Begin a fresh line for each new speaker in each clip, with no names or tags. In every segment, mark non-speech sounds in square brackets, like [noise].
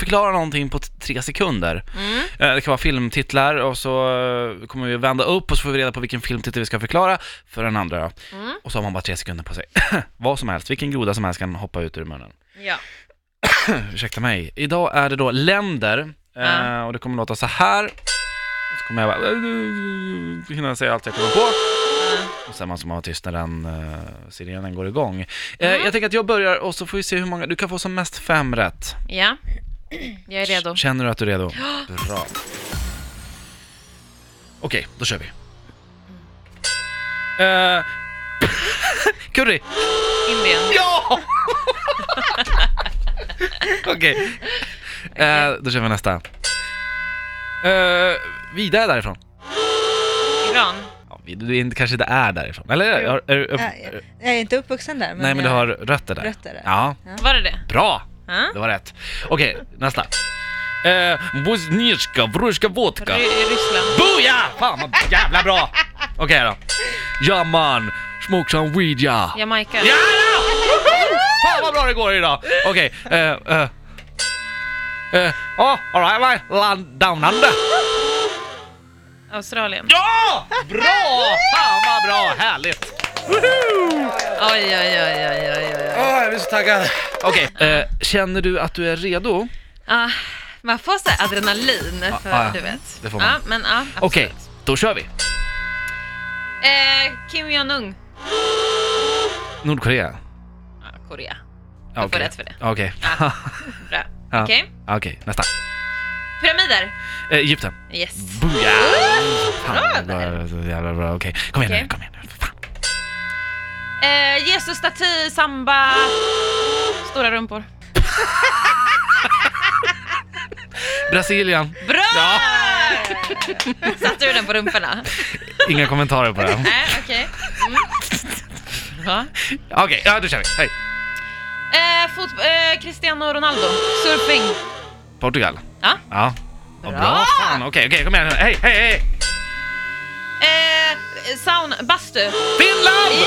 förklara någonting på t- tre sekunder. Eh, Det kan vara filmtitlar och så eh, kommer vi vända upp och så får vi reda på vilken filmtitel vi ska förklara för den andra. då. Och så har man bara tre sekunder på sig. [laughs] Vad som helst, vilken groda som helst kan hoppa ut ur munnen.
Ja.
Ursäkta mig. Idag är det då länder eh,
Ja.
och det kommer låta så här. Och Så kommer jag bara eh, hinna säga allt jag kommer på. Och sen måste man vara tyst när den eh, sirenen går igång. Eh, Jag tänker att jag börjar och så får vi se hur många, du kan få som mest fem rätt.
Ja. Jag är redo.
Känner du att du är redo? Bra. Okej, då kör vi. Eh, [laughs] curry!
Indien.
Ja! Okej. Eh, då kör vi nästa. Eh, vida är därifrån.
Iran.
Ja, vi- du är inte, kanske inte är därifrån. Eller?
Jo.
Är, är, är,
Jag, jag- jag är inte uppvuxen där. Men
nej, men du
jag-
har rötter där.
rötter där.
Ja,
Var det det?
bra!
Ja.
Det var rätt. Okej, nästa. Eh, Bosniska, brorska vodka.
Ry- Ryssland.
Boja! Fan vad jävla bra! Okej då. Ja man, smoke some weed ja. Ja
Jamaica.
ja! Woho! Fan vad bra det går idag! Okej, eh, eh. Eh, Ja, alright, right. Land down under.
Australien.
Ja! Bra! Fan vad bra, härligt!
Oj, oj, oj, oj, oj, oj. oj.
jag blir så taggad. Okej, eh, känner du att du är redo?
Ah, man får så här adrenalin för
ah, ja.
du vet.
Det får man.
Ja, men ja, absolut.
Okej, då kör vi.
Eh, Kim Jong-Un.
Nordkorea.
Ah, Korea.
Ja,
Jag får
okej.
rätt för det.
Okej,
Ah, bra.
Ja.
Okej.
okej, nästa.
Pyramider.
Eh, Egypten.
Yes.
Booyah!
Bra
Fan, det var så jävla bra. Okej, kom igen nu,
Okej.
kom igen nu. Fan.
Eh, Jesus-staty, samba, stora rumpor.
Brasilien.
Bra!
Ja.
Satte du den på rumporna?
[laughs] Inga kommentarer på det.
Nej, okej. Mm. Bra.
Okej, ja då kör vi. Hej.
Eh, fot- eh, Cristiano Ronaldo, surfing.
Portugal.
Ja.
Ja. Vad bra.
Bra.
Fan, okej, okej, kom igen nu. Hej, hej, hej.
Eh, sauna, bastu.
Finland!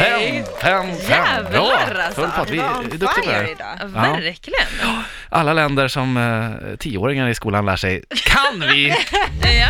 Fem,
Snyggt!
fem, fem.
Jävlar,
Bra.
alltså.
Full fart. Vi
Jag var
är
on
duktiga på det
fire
här.
Ja,
idag.
verkligen.
Alla länder som eh, tioåringar i skolan lär sig kan vi.
Ja.